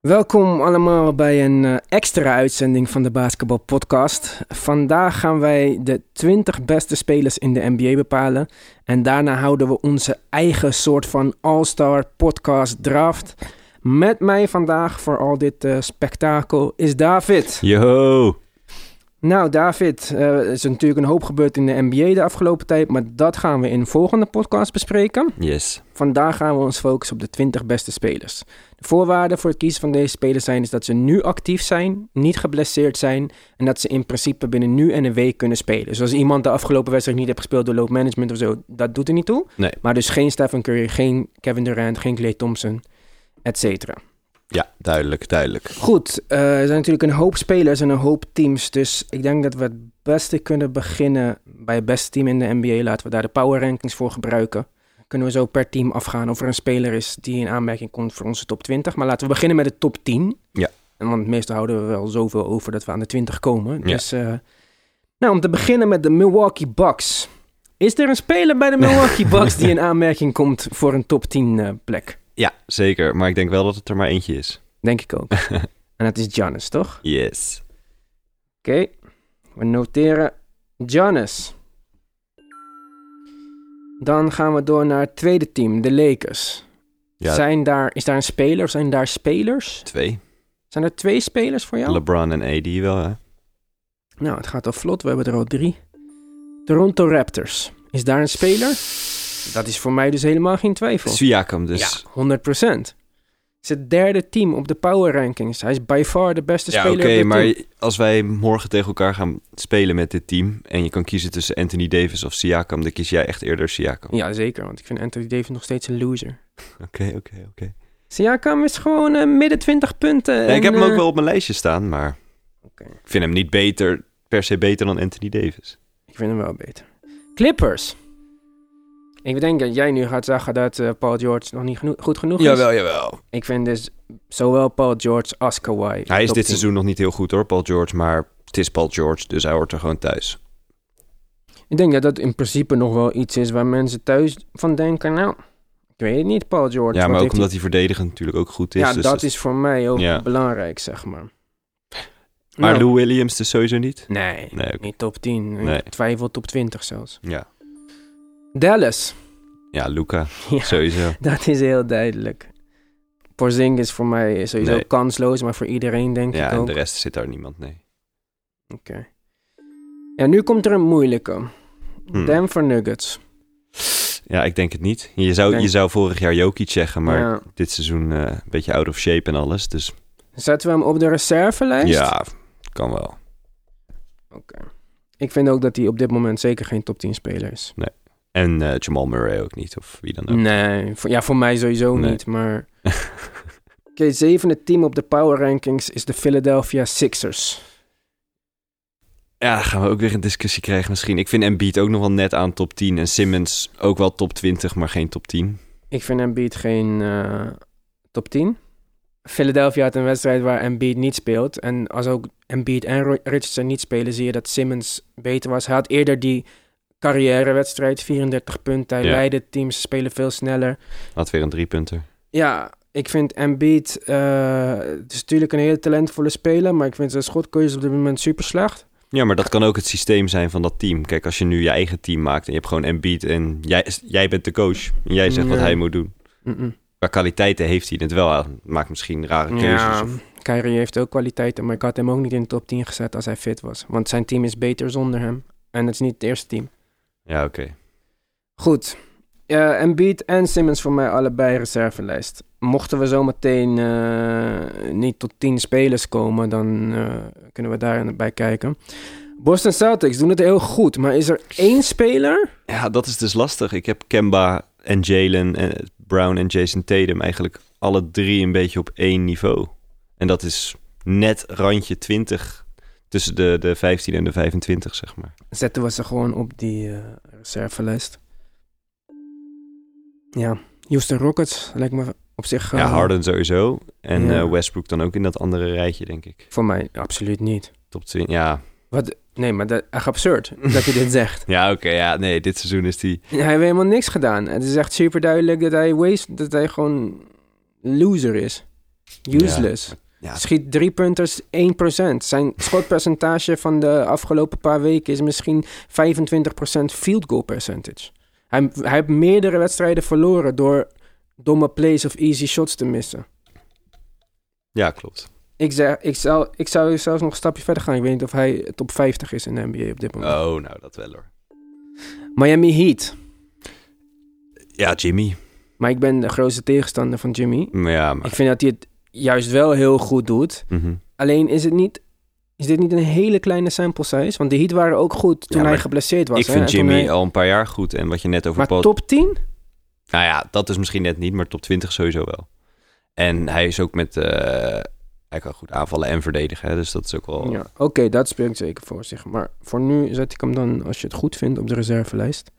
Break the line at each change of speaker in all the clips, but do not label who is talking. Welkom allemaal bij een eh, extra uitzending van de Basketbal Podcast. Vandaag gaan wij de 20 beste spelers in de NBA bepalen. En daarna houden we onze eigen soort van All-Star Podcast Draft. Met mij vandaag voor al dit eh, spektakel is David.
Yo.
Nou, David, eh, er is natuurlijk een hoop gebeurd in de NBA de afgelopen tijd. Maar dat gaan we in een volgende podcast bespreken.
Yes.
Vandaag gaan we ons focussen op de 20 beste spelers. De voorwaarden voor het kiezen van deze spelers zijn is dat ze nu actief zijn, niet geblesseerd zijn en dat ze in principe binnen nu en een week kunnen spelen. Dus als iemand de afgelopen wedstrijd niet heeft gespeeld door loopmanagement of zo, dat doet er niet toe.
Nee.
Maar dus geen Stephen Curry, geen Kevin Durant, geen Klay Thompson, et cetera.
Ja, duidelijk, duidelijk.
Goed, eh, er zijn natuurlijk een hoop spelers en een hoop teams. Dus ik denk dat we het beste kunnen beginnen bij het beste team in de NBA. Laten we daar de power rankings voor gebruiken. Kunnen we zo per team afgaan of er een speler is die in aanmerking komt voor onze top 20. Maar laten we beginnen met de top 10.
Ja.
En Want meestal houden we wel zoveel over dat we aan de 20 komen.
Ja.
Dus, eh, nou, om te beginnen met de Milwaukee Bucks. Is er een speler bij de Milwaukee Bucks die in aanmerking komt voor een top 10 eh, plek?
Ja, zeker. Maar ik denk wel dat het er maar eentje is.
Denk ik ook. en dat is Giannis, toch?
Yes.
Oké, we noteren Giannis. Dan gaan we door naar het tweede team, de Lakers.
Ja,
Zijn daar, is daar een speler of zijn daar spelers?
twee.
Zijn er twee spelers voor jou?
LeBron en AD wel, hè?
nou, het gaat al vlot, we hebben er al drie. Toronto Raptors. Is daar een speler? Dat is voor mij dus helemaal geen twijfel.
Siakam dus.
Ja, 100%. Is het derde team op de power rankings. Hij is by far de beste
Ja,
speler.
oké,
op dit team.
maar als wij morgen tegen elkaar gaan spelen met dit team... en je kan kiezen tussen Anthony Davis of Siakam... dan kies jij echt eerder Siakam.
Ja, zeker, want ik vind Anthony Davis nog steeds een loser.
Oké, oké, oké.
Siakam is gewoon eh, midden 20 punten.
Nee, Ik
en,
heb hem
eh,
ook wel op mijn lijstje staan, maar...
Oké.
Ik vind hem niet beter, per se beter dan Anthony Davis.
Ik vind hem wel beter. Clippers. Ik denk dat jij nu gaat zeggen dat eh, Paul George nog niet geno- goed genoeg is.
jawel.
Ik vind dus zowel Paul George als Kawhi.
Hij is
top 10.
dit seizoen nog niet heel goed hoor, Paul George... maar het is Paul George, dus hij hoort er gewoon thuis.
Ik denk dat dat in principe nog wel iets is waar mensen thuis van denken. Nou, ik weet het niet, Paul George.
Ja,
wat
maar ook
heeft
omdat hij verdedigend natuurlijk ook goed
hij-
is.
Ja,
dus
dat is voor mij ook
Ja.
belangrijk, zeg maar.
Maar
Nou,
Lou Williams dus sowieso niet?
Nee,
Nee, oké.
niet top 10. Ik
Nee.
twijfel top 20 zelfs.
Ja,
Dallas.
ja Luca,
Ja.
sowieso.
Dat is heel duidelijk. Porzingis voor mij is sowieso
Nee.
kansloos, maar voor iedereen denk
Ja,
ik
en
ook.
de rest zit daar niemand, nee.
Ja, nu komt er een moeilijke.
Hmm.
Denver Nuggets.
Ja, ik denk het niet. Je zou,
Denk-
je zou vorig jaar Jokic zeggen, maar
Ja.
dit seizoen eh, een beetje out of shape en alles. Dus
Zetten we hem op de reservelijst?
ja, kan wel.
Ik vind ook dat hij op dit moment zeker geen top 10 speler is.
En eh, Jamal Murray ook niet, of wie
Hm.
dan ook.
Nee, voor- ja, voor mij sowieso
Nee.
niet, maar... Oké, zevende team op de power rankings is de Philadelphia Sixers.
Ja, dan gaan we ook weer een discussie krijgen misschien. Ik vind Embiid ook nog wel net aan top 10. En Simmons ook wel top 20, maar geen top 10.
Ik vind Embiid geen eh, top 10. Philadelphia had een wedstrijd waar Embiid niet speelt. En als ook Embiid en Ro- Richardson niet spelen, zie je dat Simmons beter was. Hij had eerder die carrièrewedstrijd, 34 punten. Hij
Ja.
leidde het team, ze spelen veel sneller.
Had weer een driepunter.
Ja, ik vind Embiid... eh, het is natuurlijk een hele talentvolle speler, maar ik vind zijn schotkeuze op dit moment super slecht.
Ja, maar dat kan ook het systeem zijn van dat team. Kijk, als je nu je eigen team maakt en je hebt gewoon Embiid en jij, jij bent de coach en jij zegt wat
Ja.
hij moet doen.
Mm-mm.
Qua kwaliteiten heeft hij het wel. Hij maakt misschien rare keuzes.
Ja,
of-
Kyrie heeft ook kwaliteiten, maar ik had hem ook niet in de top 10 gezet als hij fit was. Want zijn team is beter zonder hem. En het is niet het eerste team.
Ja, oké.
Goed. Eh Embiid en Simmons voor mij allebei reservelijst. Mochten we zometeen eh, niet tot 10 spelers komen, dan eh, kunnen we daar bij kijken. Boston Celtics doen het heel goed, maar is er één speler?
Ja, dat is dus lastig. Ik heb Kemba en Jalen en Brown en Jason Tatum eigenlijk alle drie een beetje op één niveau. En dat is net randje 20 tussen de, de 15 en de 25, zeg maar.
Zetten we ze gewoon op die eh reservelijst. Ja, Houston Rockets lijkt me op zich eh,
ja, Harden sowieso. En
Ja.
eh, Westbrook dan ook in dat andere rijtje, denk ik.
voor mij absoluut niet.
Top 20, ja.
Wat? Nee, maar dat echt absurd dat je dit zegt.
Ja, oké. ja, nee, dit seizoen is die...
Hij heeft helemaal niks gedaan. Het is echt super duidelijk dat hij waste, dat hij gewoon loser is. Useless.
Ja,
Schiet drie punters 1%. Zijn schotpercentage van de afgelopen paar weken is misschien 25% field goal percentage. Hij, hij heeft meerdere wedstrijden verloren door domme plays of easy shots te missen.
ja klopt.
Ik, zeg, ik, zou, ik zou zelfs nog een stapje verder gaan. Ik weet niet of hij top 50 is in de NBA op dit moment.
Oh, nou, dat wel hoor.
Miami Heat.
Ja, Jimmy.
Maar ik ben de grootste tegenstander van Jimmy.
Maar Mm, Ja, maar...
Ik vind dat hij het juist wel heel goed doet.
Mhm.
Alleen is het niet... Is dit niet een hele kleine sample size? Want de Heat waren ook goed toen
Ja,
hij
maar
geblesseerd was.
Ik
hè?
vind
En toen
Jimmy
hij-
al een paar jaar goed. En wat je net over
Maar
Paul...
top 10?
Nou ja, dat is misschien net niet, maar top 20 sowieso wel. En hij is ook met... eh, hij kan goed aanvallen en verdedigen, hè, dus dat is ook wel...
Ja, oké, dat spreekt zeker voor zich. Maar voor nu zet ik hem dan, als je het goed vindt, op de reservelijst.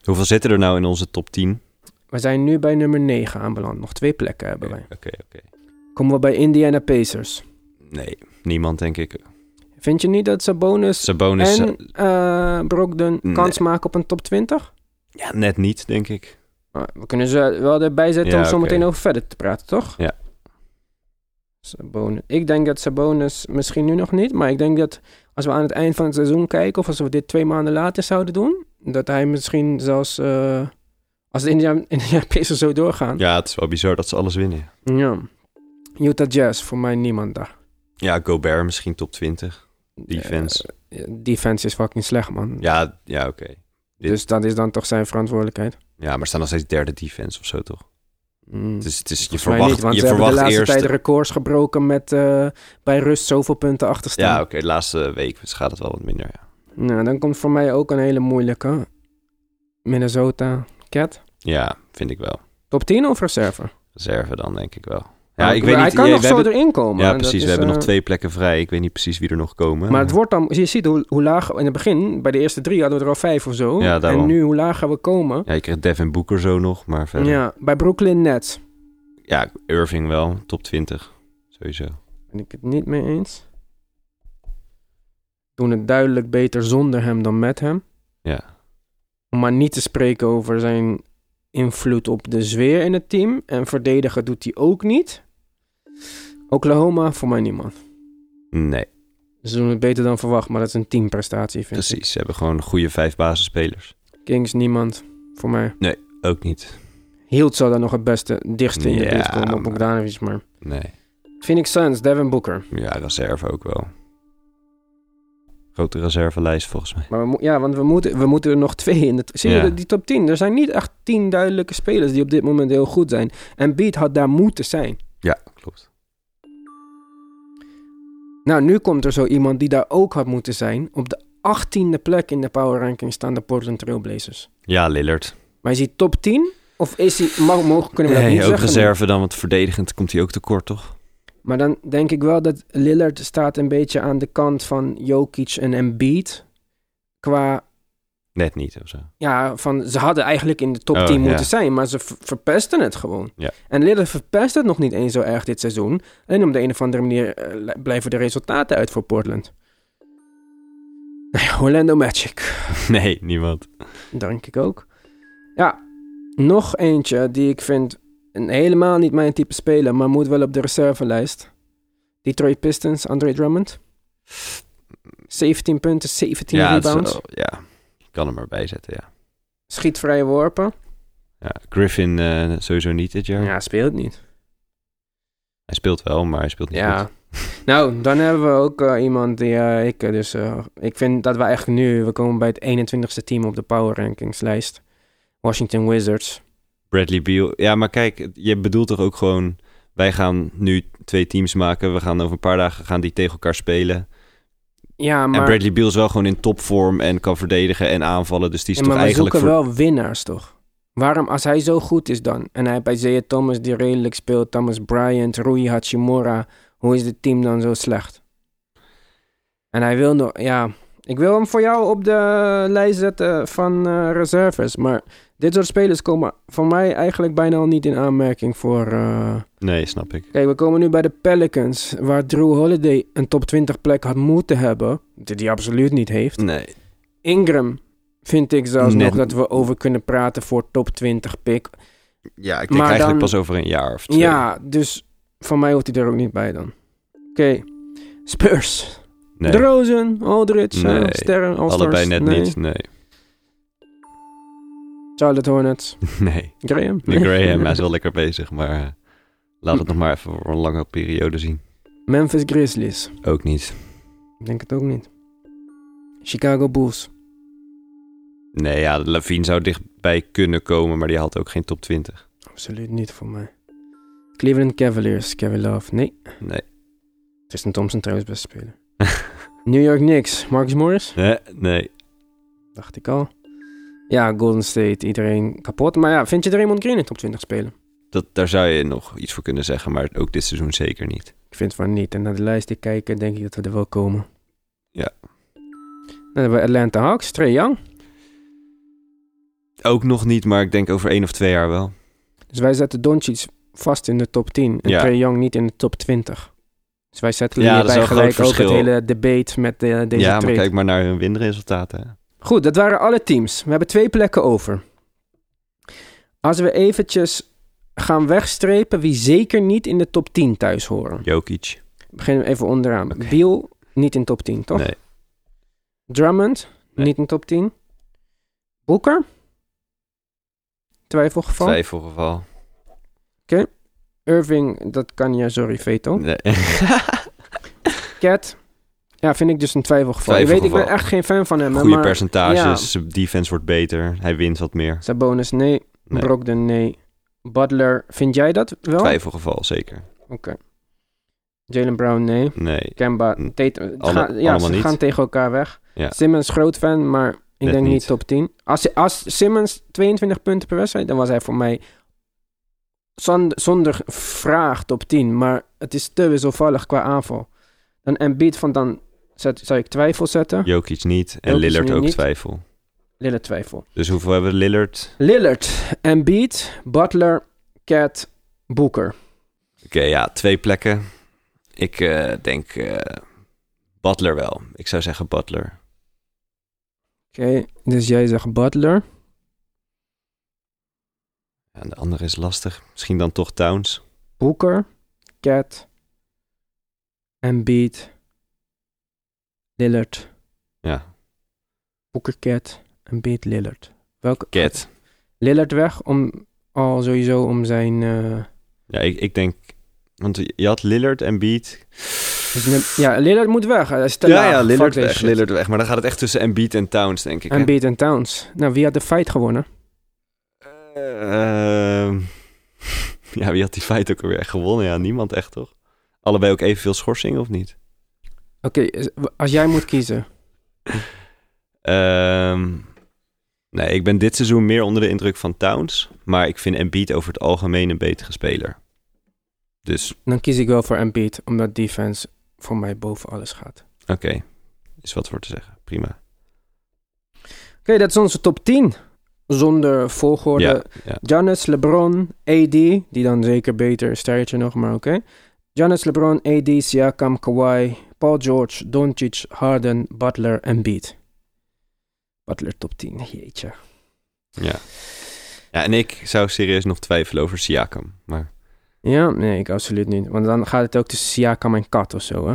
Hoeveel zitten er nou in onze top 10?
We zijn nu bij nummer 9 aanbeland. Nog twee plekken hebben wij.
Oké, oké.
Komen we bij Indiana Pacers.
Nee, niemand denk ik.
Vind je niet dat Sabonis
Sabonis...
en eh Brogdon
Nee.
kans maken op een top 20?
Ja, net niet, denk ik.
Maar we kunnen ze wel erbij zetten
Ja,
om zo
oké.
meteen over verder te praten, toch?
Ja.
Sabonis. Ik denk dat Sabonis misschien nu nog niet, maar ik denk dat als we aan het eind van het seizoen kijken, of als we dit twee maanden later zouden doen, dat hij misschien zelfs, eh, als de Indiana, Indiana Pacers zo doorgaan.
Ja, het is wel bizar dat ze alles winnen.
Ja. Utah Jazz, voor mij niemand daar.
Ja, Gobert misschien top 20. Defense.
Eh, defense is fucking slecht, man.
ja, ja oké. dit-
Dus dat is dan toch zijn verantwoordelijkheid.
Ja, maar staan nog steeds derde defense of zo, toch?
Mm.
Het is, het is, je
Volgens mij
verwacht,
niet, want
je
ze hebben de
verwacht
laatste
eerst...
tijd records gebroken met eh, bij rust zoveel punten achterstaan.
ja, oké, de laatste week dus gaat het wel wat minder, ja.
Nou, dan komt voor mij ook een hele moeilijke. Minnesota Cat.
Ja, vind ik wel.
Top 10 of reserve?
Reserve dan, denk ik wel. Ja,
Nou,
ik weet
Hij
niet...
kan
je-
nog
we
zo
hebben-
erin komen.
Ja,
En dat
precies. We
is,
hebben
eh,
nog twee plekken vrij. Ik weet niet precies wie er nog komen.
Maar het wordt dan... Je ziet hoe, hoe laag... In het begin, bij de eerste drie hadden we er al vijf of zo.
Ja, daarom.
En nu hoe lager we komen.
Ja, je krijgt Devin Booker zo nog, maar verder... Ja,
Ja, bij Brooklyn Nets.
Irving wel. Top 20. Sowieso.
Ben ik het niet mee eens. Doen het duidelijk beter zonder hem dan met hem.
Ja.
Om maar niet te spreken over zijn invloed op de sfeer in het team. En verdedigen doet hij ook niet. Oklahoma, voor mij niemand.
Nee,
Ze doen het beter dan verwacht, maar dat is een teamprestatie, vind ik.
precies. Ze hebben gewoon goede vijf basisspelers.
Kings, niemand. Voor mij.
Ook niet.
Hield zou dan nog het beste dichtste in de
Ja,
buurt komen op
maar-
Bogdanovic, maar...
Nee.
Phoenix Suns, Devin Booker.
Ja, reserve ook wel. Grote reservelijst volgens mij.
Maar we, mo- ja, want we moeten, we moeten er nog twee in. de t- Zie je
Ja.
de- die top 10? Er zijn niet echt 10 duidelijke spelers die op dit moment heel goed zijn. En Beat had daar moeten zijn.
Ja, klopt.
Nou, nu komt er zo iemand die daar ook had moeten zijn. Op de 18e plek in de power ranking staan de Portland Trailblazers.
Ja, Lillard.
Maar is hij top 10? Of is hij... Mag, mogen, kunnen we dat
Nee,
niet
ook
zeggen?
reserve dan, want verdedigend komt hij ook tekort, toch?
Maar dan denk ik wel dat Lillard staat een beetje aan de kant van Jokic en Embiid. Qua
Net niet of zo.
Ja, van ze hadden eigenlijk in de top
Oh,
10
ja.
moeten zijn, maar ze ver- verpesten het gewoon.
Ja.
En Lillard verpest het nog niet eens zo erg dit seizoen. En op de een of andere manier eh, li- blijven de resultaten uit voor Portland. Nou ja, Orlando Magic,
Nee, niemand.
denk ik ook. Ja, nog eentje die ik vind een, helemaal niet mijn type speler, maar moet wel op de reservelijst. Detroit Pistons, Andre Drummond. 17 punten, 17
ja, het is
rebounds.
wel- ja, je kan hem erbij zetten, ja.
Schietvrije worpen.
ja Griffin eh, sowieso niet dit jaar.
Ja, speelt niet.
Hij speelt wel, maar hij speelt niet
Ja.
goed.
Nou, dan hebben we ook eh, iemand die eh, ik eh, dus... eh, ik vind dat we eigenlijk nu... We komen bij het 21ste team op de power rankingslijst. Washington Wizards.
Bradley Beal. Ja, maar kijk, je bedoelt toch ook gewoon... Wij gaan nu twee teams maken. We gaan over een paar dagen gaan die tegen elkaar spelen.
Ja,
En
maar,
Bradley Beal is wel gewoon in topvorm en kan verdedigen en aanvallen. Dus die is
ja,
toch
maar we
eigenlijk
zoeken
voor...
wel winnaars, toch? Waarom, als hij zo goed is dan... En hij heeft Isaiah Thomas die redelijk speelt... Thomas Bryant, Rui Hachimura... Hoe is dit team dan zo slecht? En hij wil nog... Ja, ik wil hem voor jou op de lijst zetten van eh, reserves. Maar dit soort spelers komen voor mij eigenlijk bijna al niet in aanmerking voor... eh,
Nee, snap ik.
Kijk, we komen nu bij de Pelicans, waar Drew Holiday een top 20 plek had moeten hebben, die hij absoluut niet heeft.
Nee.
Ingram vind ik zelfs
Net-
nog dat we over kunnen praten voor top 20 pick.
Ja, ik denk
Maar
eigenlijk
dan-
pas over een jaar of twee.
Ja, dus van mij hoort hij er ook niet bij dan. Oké, Spurs.
nee,
Drozen, Aldridge, eh,
Nee,
Sterren, All-Stars.
allebei net
Nee.
niet. Nee,
Charlotte Hornets,
nee.
Graham.
De Graham hij is wel lekker bezig, maar eh, laat het nog maar even voor een lange periode zien.
Memphis Grizzlies.
Ook niet.
Ik denk het ook niet. Chicago Bulls.
Nee, ja, Levine zou dichtbij kunnen komen, maar die haalt ook geen top 20.
Absoluut niet voor mij. Cleveland Cavaliers, Kevin Love. Nee.
Nee.
Tristan Thompson trouwens best speler. New York Knicks, Marcus Morris.
nee, nee.
Dacht ik al. Ja, Golden State, iedereen kapot. Maar ja, vind je Draymond Green in top 20 spelen?
Dat, daar zou je nog iets voor kunnen zeggen, maar ook dit seizoen zeker niet.
Ik vind van niet. En naar de lijst te kijken, denk ik dat we er wel komen.
Ja.
Dan hebben we Atlanta Hawks, Trae Young.
Ook nog niet, maar ik denk over één of twee jaar wel.
Dus wij zetten Doncic vast in de top 10 en
Ja.
Trae Young niet in de top 20. Dus wij zetten
Ja, dat is
hierbij
wel een
gelijk
groot
ook het
verschil.
hele debate met eh, deze
ja,
trade.
maar kijk maar naar hun winresultaten. hè.
Goed, dat waren alle teams. We hebben twee plekken over. Als we eventjes gaan wegstrepen wie zeker niet in de top 10 thuis horen.
Jokic.
Beginnen we even onderaan.
Oké.
Biel, niet in top 10, toch?
Nee.
Drummond,
Nee.
niet in top 10. Booker? Twijfelgeval.
Twijfelgeval.
Irving, dat kan je, sorry, veto.
Nee.
Cat? Ja, vind ik dus een twijfelgeval. Je weet, ik ben
Twijfelgeval.
echt geen fan van hem. hè,
Goede
maar
percentages. zijn Defense wordt beter. Hij wint wat meer.
Sabonis, nee.
Nee.
Brogdon, nee. Butler, vind jij dat wel?
Twijfelgeval, zeker.
Jalen Brown, nee.
Nee.
Kemba,
Hm.
Tatum, het
Alle-
gaat- ja,
allemaal
ze
niet.
gaan tegen elkaar weg.
Ja.
Simmons, groot fan, maar ik
Net
denk niet.
niet.
top 10. Als, als Simmons 22 punten per wedstrijd, dan was hij voor mij zonder, zonder vraag top 10. Maar het is te wisselvallig qua aanval. Dan Embiid van dan zet, zou ik twijfel zetten.
Jokic niet. En
Jokic
Lillard
nu
ook
niet.
twijfel.
Lillard twijfel.
Dus hoeveel hebben we Lillard?
Lillard, Embiid, Butler, Cat, Booker.
Oké, ja. Twee plekken. Ik eh, denk eh, Butler wel. Ik zou zeggen Butler.
Oké, dus jij zegt Butler.
Ja, en de andere is lastig. Misschien dan toch Towns.
Booker, Cat, Embiid, Lillard.
Ja,
Booker, Cat, Embiid, Lillard. Welke?
Cat.
Lillard weg om al sowieso om zijn. eh,
Ja, ik, ik denk... Want je had Lillard en Beat.
dus ne- ja, Lillard moet weg. Hij is te
Ja,
laag.
ja,
Fuck
Lillard
deze
weg,
shit.
Lillard weg. Maar dan gaat het echt tussen Embiid en Towns, denk ik. hè?
Embiid en Towns. Nou, wie had de fight gewonnen?
Eh, ehm, ja, wie had die fight ook alweer echt gewonnen? Ja, niemand echt, toch? Allebei ook evenveel schorsingen, of niet?
Oké, is- als jij moet kiezen.
Ehm, nee, ik ben dit seizoen meer onder de indruk van Towns. Maar ik vind Embiid over het algemeen een betere speler. Dus,
Dan kies ik wel voor Embiid, omdat defense voor mij boven alles gaat. Oké,
oké. Is wat voor te zeggen. Prima.
dat is onze top 10. Zonder volgorde.
Ja, ja.
Giannis, LeBron, AD, die dan zeker beter, sterretje nog, maar oké. Giannis, LeBron, AD, Siakam, Kawhi, Paul George, Doncic, Harden, Butler en Beat. Butler top 10, jeetje.
Ja. ja, en ik zou serieus nog twijfelen over Siakam. Maar
Ja, nee, ik absoluut niet. Want dan gaat het ook tussen Siakam en Kat of zo, hè?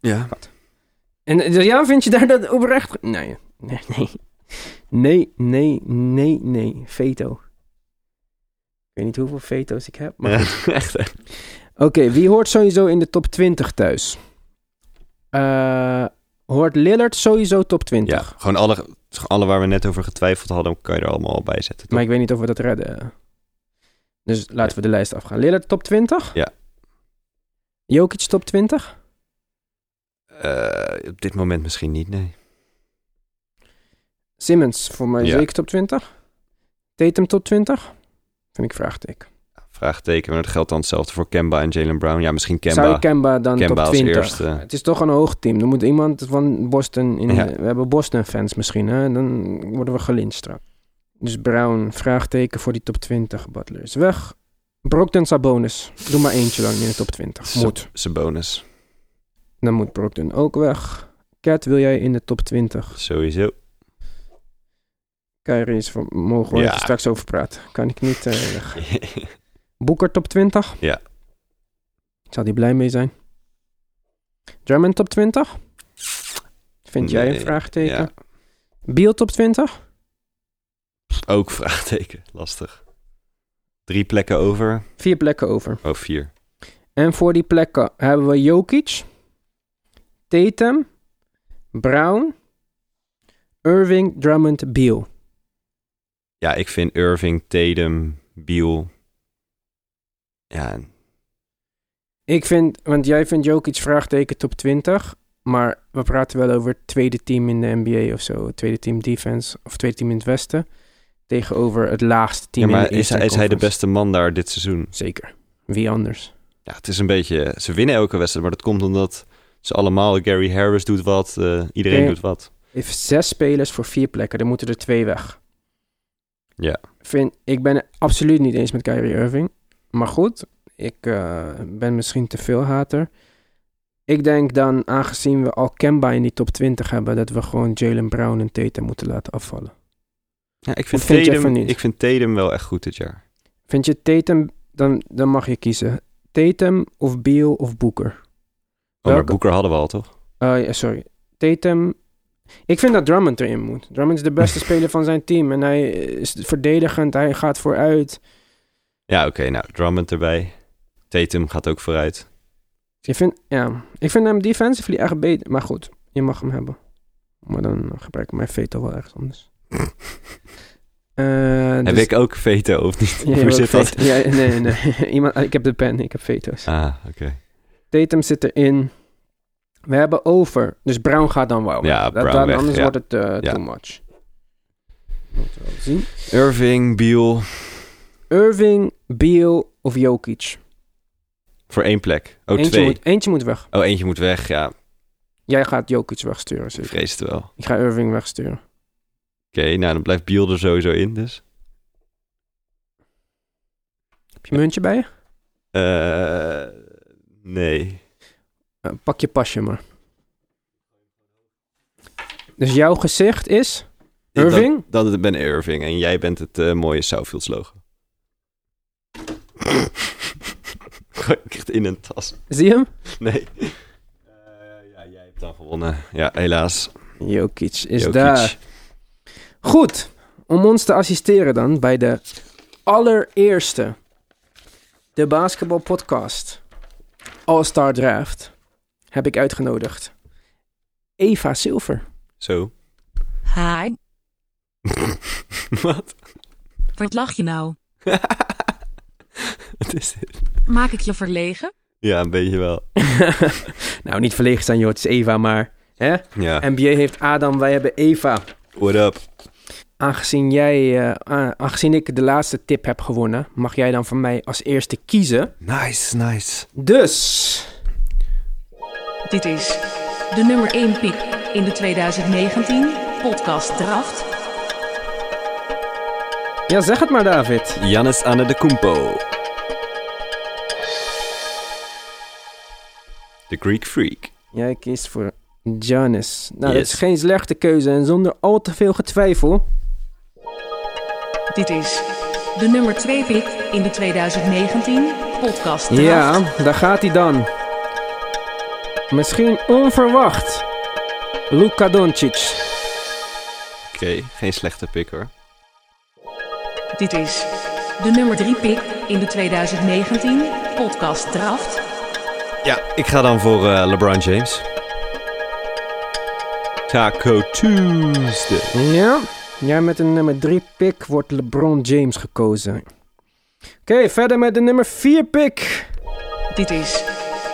ja,
En eh, ja, vind je daar dat oprecht? Nee, nee, nee. Nee, nee, nee, nee. Veto. Ik weet niet hoeveel veto's ik heb, maar...
echt. hè?
Oké, wie hoort sowieso in de top 20 thuis? Eh, hoort Lillard sowieso top 20?
Ja, gewoon alle, alle waar we net over getwijfeld hadden, kan je er allemaal al bij zetten. toch?
Maar ik weet niet of we dat redden. Dus laten we de lijst afgaan. Lillard top 20?
Ja.
Jokic top 20?
Eh, op dit moment misschien niet, nee.
Simmons voor mij
Ja.
zeker top 20? Tatum top 20? Vind ik vraagteken.
Vraagteken, maar dat geldt dan hetzelfde voor Kemba en Jalen Brown. Ja, misschien Kemba.
Zou je Kemba dan
Kemba
top
als
20?
eerste.
Het is toch een hoog team. Er moet iemand van Boston in.
Ja.
We hebben Boston-fans misschien, hè? Dan worden we gelinst straks. Dus Brown, vraagteken voor die top 20. Butler is weg. Brogdon Sabonis. Doe maar eentje lang in de top 20.
Sa-
Moet.
Sabonis,
Dan moet Brogdon ook weg. Cat, wil jij in de top 20?
sowieso.
Kyrie is van, mogen we
Ja.
even straks over praten. Kan ik niet. eh, weg. Boeker top 20.
Ja.
Zou die blij mee zijn? Drummond top 20. Vind jij een
Nee,
vraagteken?
ja,
Beal top 20.
ook vraagteken. Lastig. Drie plekken over.
Vier plekken over.
Oh, vier.
En voor die plekken hebben we Jokic, Tatum, Brown, Irving, Drummond, Beal.
Ja, ik vind Irving, Tatum, Beal. Ja,
Ik vind, want jij vindt Jokic vraagteken top 20, maar we praten wel over het tweede team in de NBA of zo. Het tweede team defense of tweede team in het westen tegenover het laagste
ja
team in
maar
de
is, hij-
Eastern
is hij de
Conference.
beste man daar dit seizoen?
Zeker. Wie anders?
Ja, het is een beetje... Ze winnen elke wedstrijd, maar dat komt omdat ze allemaal... Gary Harris doet wat, eh, iedereen
Nee.
doet wat.
Heeft zes spelers voor vier plekken, dan moeten er twee weg.
Ja.
Vind, ik ben het absoluut niet eens met Kyrie Irving. Maar goed, ik eh, ben misschien te veel hater. Ik denk dan, aangezien we al Kemba in die top 20 hebben, dat we gewoon Jalen Brown en Tatum moeten laten afvallen.
Ja, ik vind,
Of vind je
Tatum,
van niet?
ik vind Tatum wel echt goed dit jaar. Oh,
Vind je Tatum, dan, dan mag je kiezen. Tatum of Beal of Booker?
Oh, maar
Welke-
Boeker hadden we al, toch?
Eh, ja, sorry. Tatum. Ik vind dat Drummond erin moet. Drummond is de beste speler van zijn team. En hij is verdedigend. Hij gaat vooruit.
Ja, oké. nou, Drummond erbij. Tatum gaat ook vooruit.
Je vindt, ja. Ik vind hem defensively echt beter. Maar goed, je mag hem hebben. Maar dan gebruik ik mijn veto wel ergens anders. Eh, dus-
Heb ik ook veto of niet?
Ja,
Hoe
ook
zit dat?
veto. Ja, nee, nee. Iemand, ik heb de pen. Ik heb veto's.
Ah, oké.
Tatum zit erin. We hebben over. Dus Brown gaat dan wel. weg.
Ja,
Dat-
Brown
dan-
weg,
Anders
ja.
wordt het eh,
Ja.
too much. Moeten we wel zien.
Irving, Beal,
Irving, Beal of Jokic.
voor één plek. Oh,
eentje,
twee.
Moet, eentje moet weg.
Oh, eentje moet weg. Ja,
Jij gaat Jokic wegsturen.
ik
Zeker.
vrees het wel. Oké,
Ik ga Irving wegsturen.
nou, dan blijft Beal er sowieso in, dus.
Heb je een muntje bij je?
Eh, nee.
Eh, pak je pasje maar. Dus jouw gezicht is Irving?
Dat, dat ben Irving en jij bent het eh, mooie Southfields logo. Gooi ik het in een tas.
Zie je hem?
Nee. Eh, ja, jij hebt dan gewonnen. Ja, helaas.
Jokic is
Jokic.
daar. Goed, om ons te assisteren dan bij de allereerste de basketbalpodcast All-Star Draft heb ik uitgenodigd Eva Silver.
Zo.
Hi,
Wat?
wat lach je nou?
Wat is dit?
Maak ik je verlegen?
Ja, een beetje wel.
nou, niet verlegen zijn joh, het is Eva, maar hè?
Ja.
NBA heeft Adam, wij hebben Eva.
What up?
Aangezien, jij, eh, a- aangezien ik de laatste tip heb gewonnen, mag jij dan van mij als eerste kiezen.
Nice, nice.
Dus,
Dit is de nummer 1 piek in de 2019 podcast draft.
ja zeg het maar David.
Jannes Anne de Kumpo. De Greek Freak.
Jij kiest voor Giannis. Nou, dat
Yes.
is geen slechte keuze en zonder al te veel getwijfel.
Dit is de nummer 2 piek in de 2019 podcast draft.
Ja, daar gaat hij dan. Misschien onverwacht. Luka Doncic.
Oké, geen slechte pick hoor.
Dit is de nummer 3 piek in de 2019 podcast draft.
Ja, ik ga dan voor eh, LeBron James. Taco Tuesday.
Ja, jij met een nummer 3 pick wordt LeBron James gekozen. Oké, verder met de nummer 4 pick.
Dit is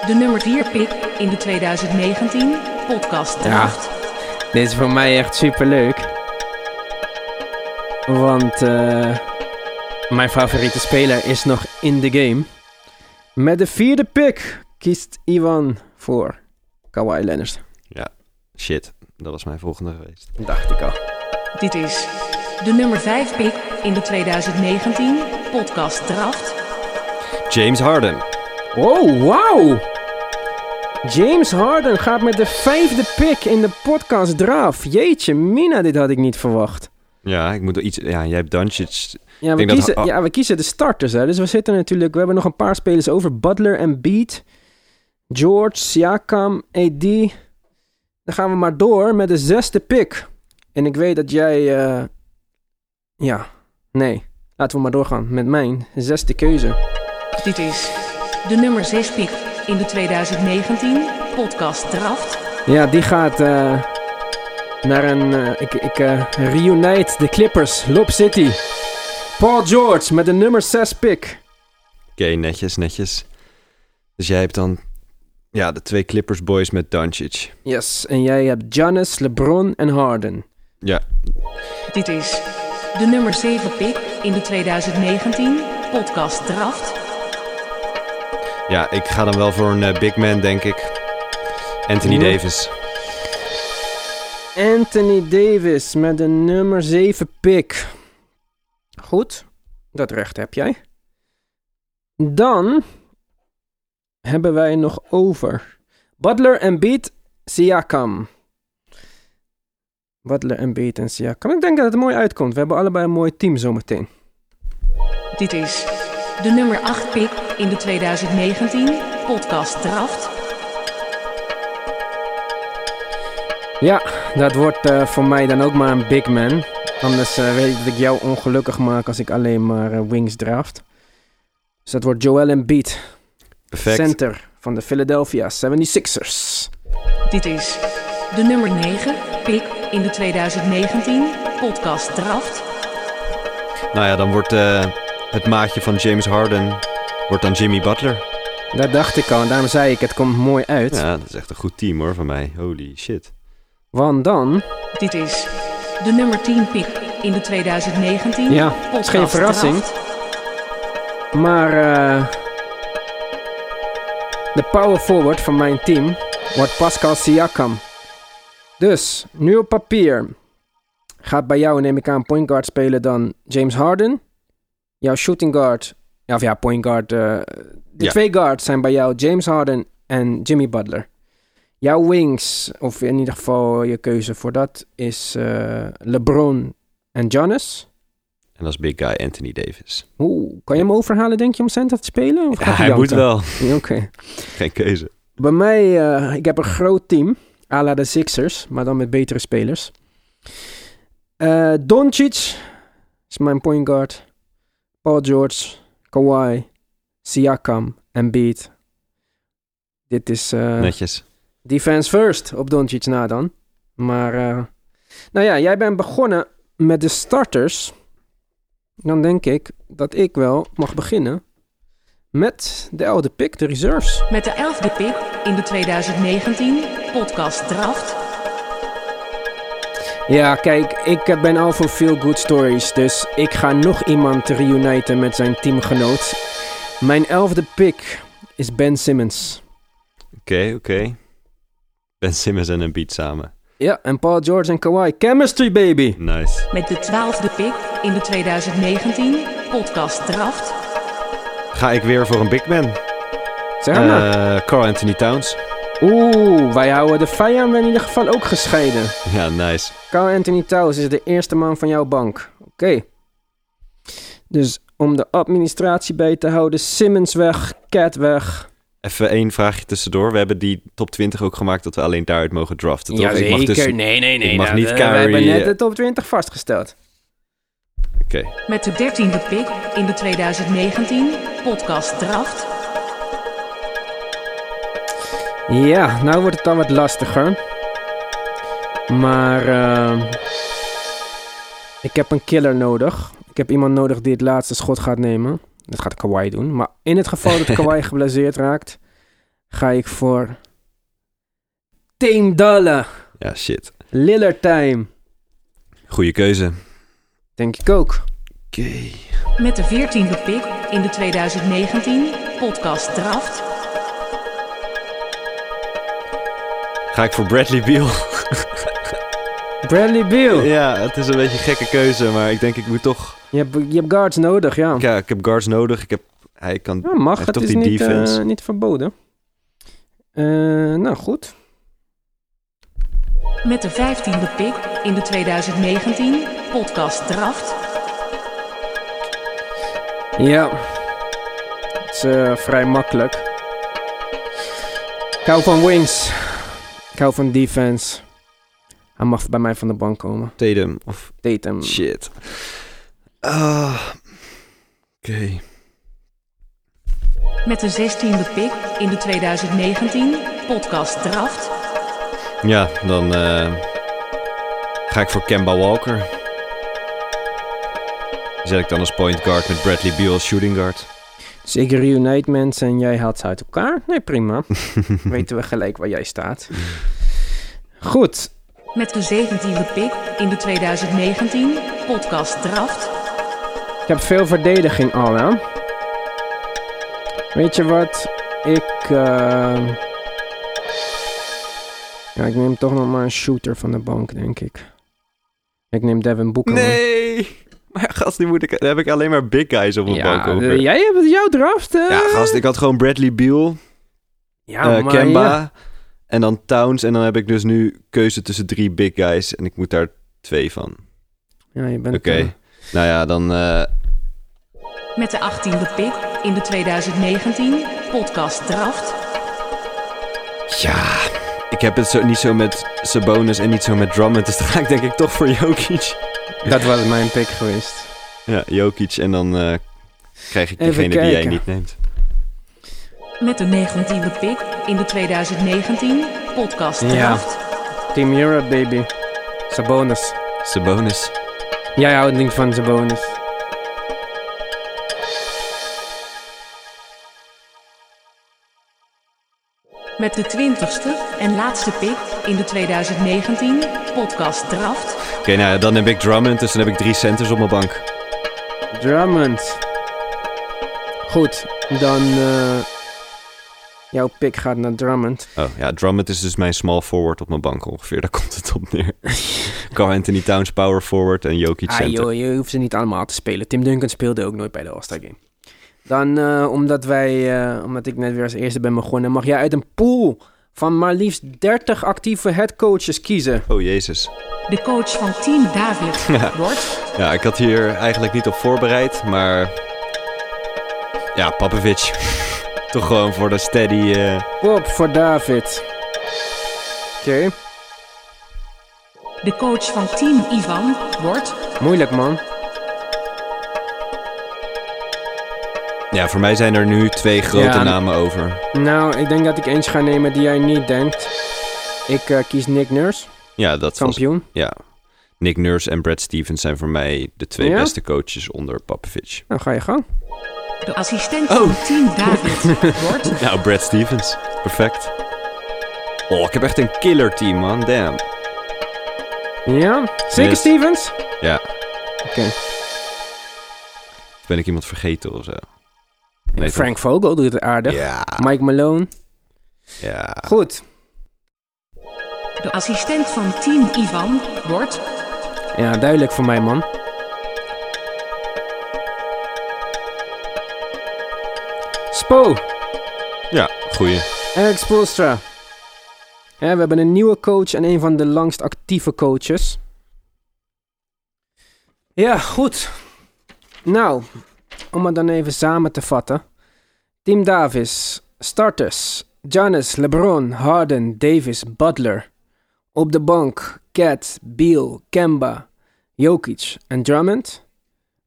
de nummer 4 piek in de 2019 podcast draft.
Dit is voor mij echt super leuk. Want eh, mijn favoriete speler is nog in de game. Met de vierde pick kiest Ivan voor Kawhi Leonard.
Shit, dat was mijn volgende geweest.
Dacht ik al.
Dit is de nummer 5 pick in de 2019 podcast draft.
James Harden.
Wow, Oh, wauw! James Harden gaat met de vijfde pick in de podcast draft. Jeetje, Mina, dit had ik niet verwacht.
Ja, ik moet er iets... Ja, jij hebt Doncic.
Ja, we,
denk dat-
kiezen,
ah.
ja, we kiezen de starters. Hè. Dus we zitten natuurlijk... We hebben nog een paar spelers over. Butler en Beat. George, Siakam, AD. Dan gaan we maar door met de zesde pick. En ik weet dat jij... eh, ja, nee. Laten we maar doorgaan met mijn zesde keuze.
Dit is de nummer 6 pick in de 2019 podcast Draft.
Ja, die gaat eh, naar een... eh, ik ik eh, reunite de Clippers. Lob City. Paul George met de nummer zes pick.
Oké, netjes, netjes. Dus jij hebt dan... Ja, de twee Clippers boys met Doncic.
Yes, en jij hebt Giannis, LeBron en Harden.
Ja,
Dit is de nummer 7 pick in de 2019 podcast Draft.
ja, ik ga dan wel voor een eh, big man, denk ik. Anthony
Ja.
Davis.
Anthony Davis met de nummer 7 pick. Goed, dat recht heb jij. Dan hebben wij nog over Butler en Beat Siakam. Butler en Beat en Siakam. Ik denk dat het er mooi uitkomt. We hebben allebei een mooi team zometeen.
Dit is de nummer 8 pick in de 2019 podcast Draft.
Ja, dat wordt eh, voor mij dan ook maar een big man. Anders eh, weet ik dat ik jou ongelukkig maak als ik alleen maar eh, wings draft. Dus dat wordt Joel en Beat.
Perfect.
Center van de Philadelphia 76ers.
Dit is de nummer 9 pick in de 2019 podcast Draft.
Nou ja, dan wordt eh, het maatje van James Harden... Wordt dan Jimmy Butler.
Dat dacht ik al en daarom zei ik, het komt mooi uit.
Ja, dat is echt een goed team hoor van mij. Holy shit.
Want dan,
Dit is de nummer 10 pick in de 2019
Ja, het is
podcast
geen verrassing.
Draft.
maar eh, de power forward van mijn team wordt Pascal Siakam. Dus, nu op papier gaat bij jou, neem ik aan, point guard spelen dan James Harden. Jouw shooting guard, ja, of ja, point guard. eh, de
Ja.
twee guards zijn bij jou James Harden en Jimmy Butler. Jouw wings, of in ieder geval je keuze voor dat, is eh, LeBron en Giannis.
En als big guy Anthony Davis.
Oeh, kan je hem overhalen, denk je, om center te spelen? Of
Ja,
gaat
hij moet
janken?
wel.
Oké.
Geen keuze.
Bij mij, eh, ik heb een groot team. à la de Sixers, maar dan met betere spelers. Eh Doncic is mijn point guard. Paul George, Kawhi, Siakam en Beat. Dit is eh,
Netjes.
defense first op Doncic na dan. Maar, eh, nou ja, jij bent begonnen met de starters. Dan denk ik dat ik wel mag beginnen met de oude pick, de reserves.
Met de 11e pick in de 2019 podcast Draft.
Ja, kijk, ik eh, ben al voor veel good stories, dus ik ga nog iemand reuniten met zijn teamgenoot. Mijn elfde pick is Ben Simmons.
Oké, oké. Ben Simmons en een beat samen.
Ja, en Paul George en Kawhi. Chemistry, baby!
Nice.
Met de 12e pick in de 2019 podcast Draft.
Ga ik weer voor een big man.
Zeg maar.
Eh, Carl Anthony Towns.
Oeh, wij houden de vijanden in ieder geval ook gescheiden.
Ja, nice.
Carl Anthony Towns is de eerste man van jouw bank. Oké. Dus om de administratie bij te houden, Simmons weg, Cat weg.
Even één vraagje tussendoor. We hebben die top 20 ook gemaakt dat we alleen daaruit mogen draften. toch? Ik mag dus... Oké,
nee, nee,
ik mag niet
We hebben
Kyrie,
net
eh,
de top 20 vastgesteld.
Met de 13e pick in de 2019 podcast Draft.
Ja, nou wordt het dan wat lastiger. Maar ehm, ik heb een killer nodig. Ik heb iemand nodig die het laatste schot gaat nemen. Dat gaat Kawhi doen. Maar in het geval dat Kawhi geblesseerd raakt, ga ik voor Team Dalle.
ja, shit.
Lillard time.
Goeie keuze.
Denk ik ook.
Oké.
Met de 14e pick in de 2019 podcast Draft.
Ga ik voor Bradley Beal? Oh.
Bradley Beal.
ja, het is een beetje een gekke keuze, maar ik denk ik moet toch...
Je hebt, je hebt guards nodig, ja.
Ja, ik heb guards nodig. Ik heb... Hij kan...
Ja, mag.
Hij
Het
toch
is
die
niet, eh,
defense.
niet verboden. Eh, nou, goed.
Met de 15e pick in de 2019 Podcast Draft.
Ja, het is eh, vrij makkelijk. Ik hou van wings. Ik hou van defense. Hij mag bij mij van de bank komen.
Tatum of
Tatum.
shit. Mm. Ah, Oké.
Met de 16e pick in de 2019 Podcast Draft.
Ja, dan eh, ga ik voor Kemba Walker. Die Zet ik dan als point guard met Bradley Beal als shooting guard.
Dus ik reunite mensen en jij haalt ze uit elkaar. Nee, prima. Weten we gelijk waar jij staat. Goed.
Met de 17e pick in de 2019 Podcast Draft.
Ik heb veel verdediging al, hè? Weet je wat? Ik. eh, Ja, ik neem toch nog maar een shooter van de bank, denk ik. Ik neem Devin Booker. man.
Nee! Maar gast, nu moet ik, dan heb ik alleen maar big guys op mijn
Ja,
bank over.
eh, jij hebt jouw draft, hè?
Ja, gast, ik had gewoon Bradley Beal,
Ja,
eh,
maar
Kemba
ja.
en dan Towns. En dan heb ik dus nu keuze tussen drie big guys en ik moet daar twee van.
Ja, je bent...
Oké.
eh,
Nou ja, dan eh,
Met de 18e pick in de 2019 Podcast Draft.
Ja, ik heb het zo, niet zo met Sabonis en niet zo met Drummond. Dus dan ga ik denk ik toch voor Jokic.
dat was mijn pick geweest.
Ja, Jokic. En dan eh, krijg ik
Even
degene die jij
kijken.
niet neemt.
Met de 19e pick in de 2019 Podcast
Ja.
Draft.
Team Europe, baby. Sabonis.
Sabonis.
Jij houdt niet van Sabonis.
Met de 20ste en laatste pick in de 2019 Podcast Draft.
Oké, nou ja, dan heb ik Drummond. Dus dan heb ik drie centers op mijn bank.
Drummond. Goed, dan... eh, jouw pick gaat naar Drummond.
Oh ja, Drummond is dus mijn small forward op mijn bank ongeveer. Daar komt het op neer. Carl Anthony Towns power forward en Jokic
Ah
center.
joh, je hoeft ze niet allemaal te spelen. Tim Duncan speelde ook nooit bij de All-Star Game. Dan, eh, omdat, wij, eh, omdat ik net weer als eerste ben begonnen... mag jij uit een pool van maar liefst 30 actieve headcoaches kiezen.
Oh jezus.
De coach van Team David wordt
Ja, ik had hier eigenlijk niet op voorbereid, maar... Ja, Papovic. Toch gewoon voor de steady... eh,
Pop voor David. Oké,
de coach van Team Ivan wordt
moeilijk man.
Ja, voor mij zijn er nu twee grote
Ja.
namen over.
Nou, ik denk dat ik eentje ga nemen die jij niet denkt. Ik eh, kies Nick Nurse,
Ja, dat was,
kampioen.
ja. Nick Nurse en Brad Stevens zijn voor mij de twee
Ja?
beste coaches onder Popovich.
Nou, ga je gang.
de assistent van Team David wordt
Nou, Brad Stevens. Perfect. Oh, ik heb echt een killer team, man. Damn.
Ja, zeker
Yes.
Stevens?
Ja,
Dus- Oké.
of ben ik iemand vergeten of zo? Nee, toch?
Frank Vogel doet het aardig.
Ja,
Mike Malone.
ja.
Goed.
de assistent van Team Ivan wordt
Ja, duidelijk voor mij, man. Spo,
Ja, goeie.
Eric Spoelstra. Ja, we hebben een nieuwe coach en een van de langst actieve coaches. Ja, goed. Nou, om het dan even samen te vatten. Team Davis, starters, Giannis, LeBron, Harden, Davis, Butler. Op de bank, Cat, Beal, Kemba, Jokic en Drummond.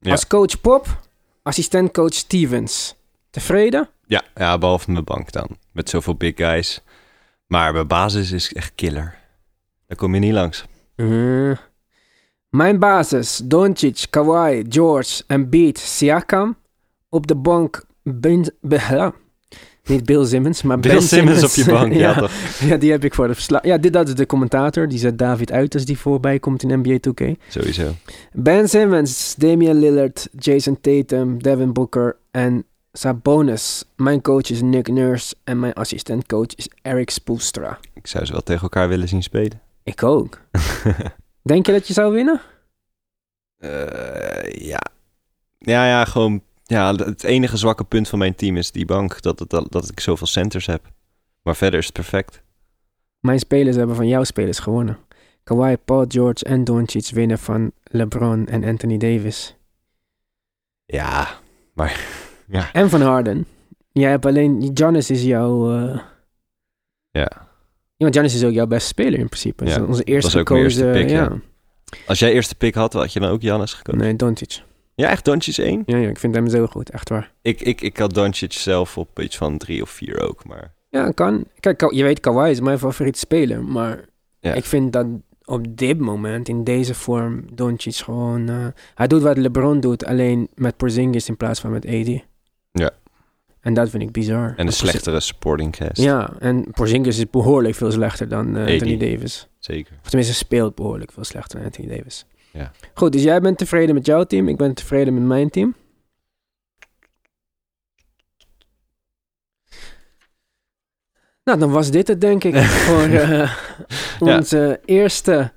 Ja.
Als coach Pop, assistentcoach Stevens. Tevreden?
Ja, ja, behalve mijn bank dan. Met zoveel big guys. Maar mijn basis is echt killer. Daar kom je niet langs.
Eh. Mijn basis, Doncic, Kawhi, George, Embiid, Siakam. Op de bank, ben, Be- niet Bill Simmons, maar
Bill
Ben
Simmons op je bank. ja, toch?
ja, die heb ik voor de verslag. Ja, dit, dat is de commentator. Die zet David Uiters die voorbij komt in NBA 2K.
Sowieso.
Ben Simmons, Damian Lillard, Jason Tatum, Devin Booker en Sabonis. Mijn coach is Nick Nurse en mijn assistentcoach is Eric Spoelstra.
Ik zou ze wel tegen elkaar willen zien spelen.
Ik ook. Denk je dat je zou winnen?
Eh, ja. Ja, ja, gewoon. Ja, het enige zwakke punt van mijn team is die bank. Dat, dat, dat, dat ik zoveel centers heb. Maar verder is het perfect.
Mijn spelers hebben van jouw spelers gewonnen. Kawhi, Paul George en Doncic winnen van LeBron en Anthony Davis.
Ja, maar ja,
En van Harden. Jij hebt alleen... Giannis is jouw... eh,
Ja.
Ja, want Giannis is ook jouw beste speler in principe.
Ja,
Ja, onze eerste
ook mijn eerste
gekozen...
pick,
ja.
als jij eerste pick had, had je dan ook Jannes gekozen?
Nee, Doncic.
Ja, echt Doncic 1?
Ja, ja, ik vind hem zo goed, echt waar.
Ik, ik, ik had Doncic zelf op iets van 3 of 4 ook, maar
Ja, kan. Kijk, Ka- je weet, Kawhi is mijn favoriete speler. Maar
Ja.
ik vind dat op dit moment, in deze vorm, Doncic gewoon... eh, hij doet wat LeBron doet, alleen met Porzingis in plaats van met AD.
Ja.
En dat vind ik bizar. Want
en een
Porzi-
slechtere supporting cast.
Ja, en Porzingis is behoorlijk veel slechter dan eh, Anthony
AD.
Davis.
Zeker.
Of tenminste, speelt behoorlijk veel slechter dan Anthony Davis.
Ja.
Goed, dus jij bent tevreden met jouw team. Ik ben tevreden met mijn team. Nou, dan was dit het, denk ik, voor eh,
Ja.
onze eerste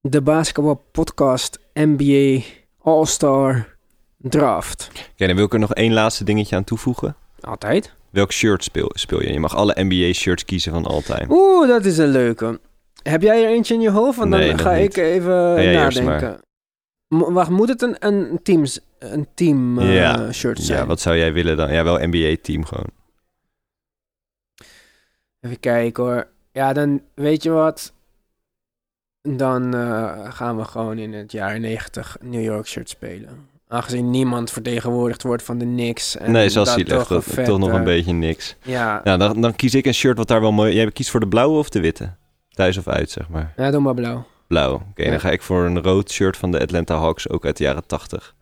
de basketbal podcast NBA All-Star Draft.
Oké, dan wil ik er nog één laatste dingetje aan toevoegen.
Altijd.
Welk shirt speel, speel je? Je mag alle NBA-shirts kiezen van altijd.
Oeh, dat is een leuke. Heb jij er eentje in je hoofd? Want dan
Nee, nog
ga
niet.
ik even
jij eerst
nadenken. Mo- wacht, moet het een, een, teams, een team eh,
Ja.
shirt zijn?
Ja, wat zou jij willen dan? Ja, wel NBA-team gewoon.
Even kijken hoor. Ja, dan weet je wat. Dan eh, gaan we gewoon in het jaar 90 New York shirt spelen. Aangezien niemand vertegenwoordigd wordt van de Knicks. En
nee, zoals
dat
zielig.
toch,
Dat,
een
toch,
vet,
nog
eh,
een beetje niks.
Ja.
Nou, dan, dan kies ik een shirt wat daar wel mooi... Jij kiest voor de blauwe of de witte? Thuis of uit, zeg maar.
ja, doe maar blauw.
Blauw. Oké,
Ja.
dan ga ik voor een rood shirt van de Atlanta Hawks, ook uit de jaren 80.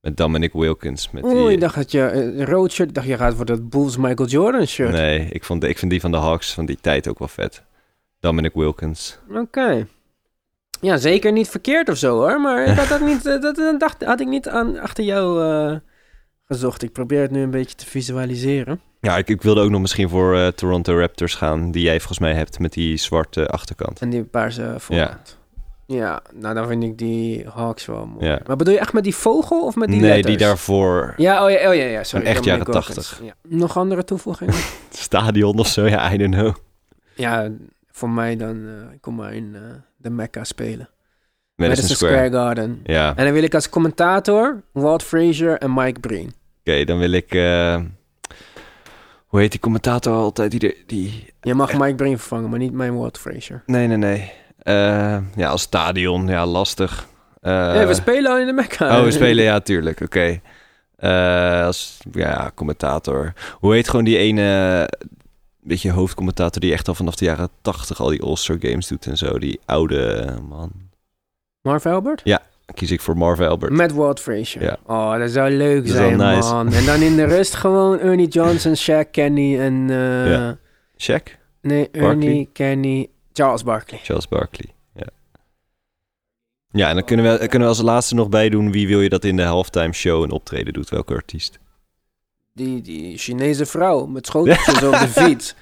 Met Dominic Wilkins. Met
Oeh,
die,
ik dacht dat je eh, rood shirt. Ik dacht je gaat voor dat Bulls Michael Jordan shirt.
Nee, ik, vond, ik vind die van de Hawks van die tijd ook wel vet. Dominic Wilkins.
Oké. Ja, zeker niet verkeerd of zo hoor. Maar ik had dat niet, eh, dat, eh, dacht, had ik niet aan, achter jou eh, gezocht. Ik probeer het nu een beetje te visualiseren.
Ja, ik, ik wilde ook nog misschien voor eh, Toronto Raptors gaan, die jij volgens mij hebt met die zwarte achterkant.
En die paarse voorkant. Ja. nou dan vind ik die Hawks wel mooi.
Ja.
Maar bedoel je echt met die vogel of met die
nee,
letters?
die daarvoor.
Ja, oh ja, oh ja, ja sorry.
Een echt
dan ben ik
jaren
wel eens- Ja. Nog andere toevoegingen?
Stadion of zo, ja, I don't know.
ja, voor mij dan, eh, ik kom maar in eh, de Mecca spelen.
Madison Square.
Garden.
Ja, oké,
En dan wil ik als commentator Walt Frazier en Mike Breen.
dan wil ik... eh, hoe heet die commentator altijd? Die, de- die...
Je mag Mike Breen vervangen, maar niet mijn Walt Frazier.
Nee, nee, nee. Eh, ja, als stadion, ja, lastig. Eh,
nee, we spelen al in de Mecca.
Oh, we spelen, ja, tuurlijk. Oké. Eh, als ja, commentator. Hoe heet gewoon die ene eh, beetje hoofdcommentator die echt al vanaf de jaren 80 al die All-Star games doet en zo? Die oude eh, man.
Marv Albert?
Kies ik voor Marv Albert.
Met Walt Frazier.
Ja.
Oh, dat zou leuk
Dat is
zijn,
wel nice.
man. En dan in de rust gewoon Ernie Johnson, Shaq, Kenny en... eh,
Ja. Shaq?
Nee, Ernie,
Barkley.
Kenny, Charles Barkley.
Charles Barkley. Ja. Ja, en dan kunnen we, kunnen we als laatste nog bij doen wie wil je dat in de halftime show een optreden doet, welke artiest.
Die, die Chinese vrouw met schoteltjes op de fiets.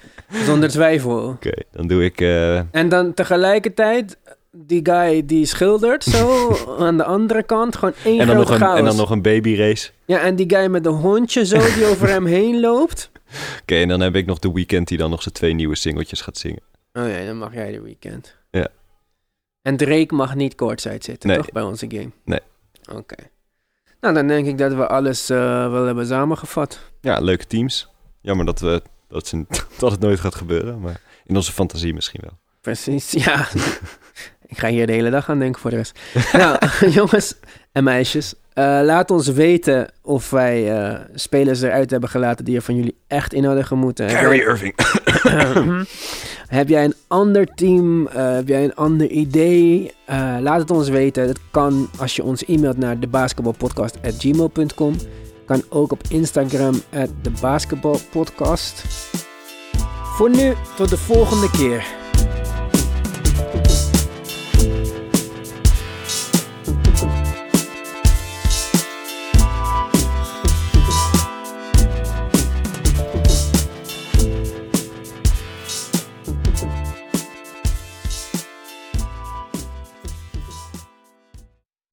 Zonder twijfel.
Oké, dan doe ik eh,
En dan tegelijkertijd die guy die schildert zo aan de andere kant. Gewoon één
en, dan
grote
nog een,
chaos.
en dan nog een baby race.
Ja, en die guy met een hondje zo die over hem heen loopt.
Oké, en dan heb ik nog The Weeknd die dan nog zijn twee nieuwe singeltjes gaat zingen.
Oh ja, dan mag jij de weekend.
Ja.
En Drake mag niet courtside zitten,
Nee.
toch? Bij onze game?
Nee.
Oké. Nou, dan denk ik dat we alles eh, wel hebben samengevat.
Ja, leuke teams. Jammer dat, we, dat, ze, dat het nooit gaat gebeuren, maar in onze fantasie misschien wel.
Precies, ja. ik ga hier de hele dag aan denken voor de rest. nou, jongens en meisjes. eh, laat ons weten of wij eh, spelers eruit hebben gelaten die er van jullie echt in hadden gemoeten. Heb jij-
Irving.
heb jij een ander team? Eh, heb jij een ander idee? Eh, laat het ons weten. Dat kan als je ons e-mailt naar debasketbalpodcast.gmail.com. Kan ook op Instagram at debasketbalpodcast. Voor nu, tot de volgende keer.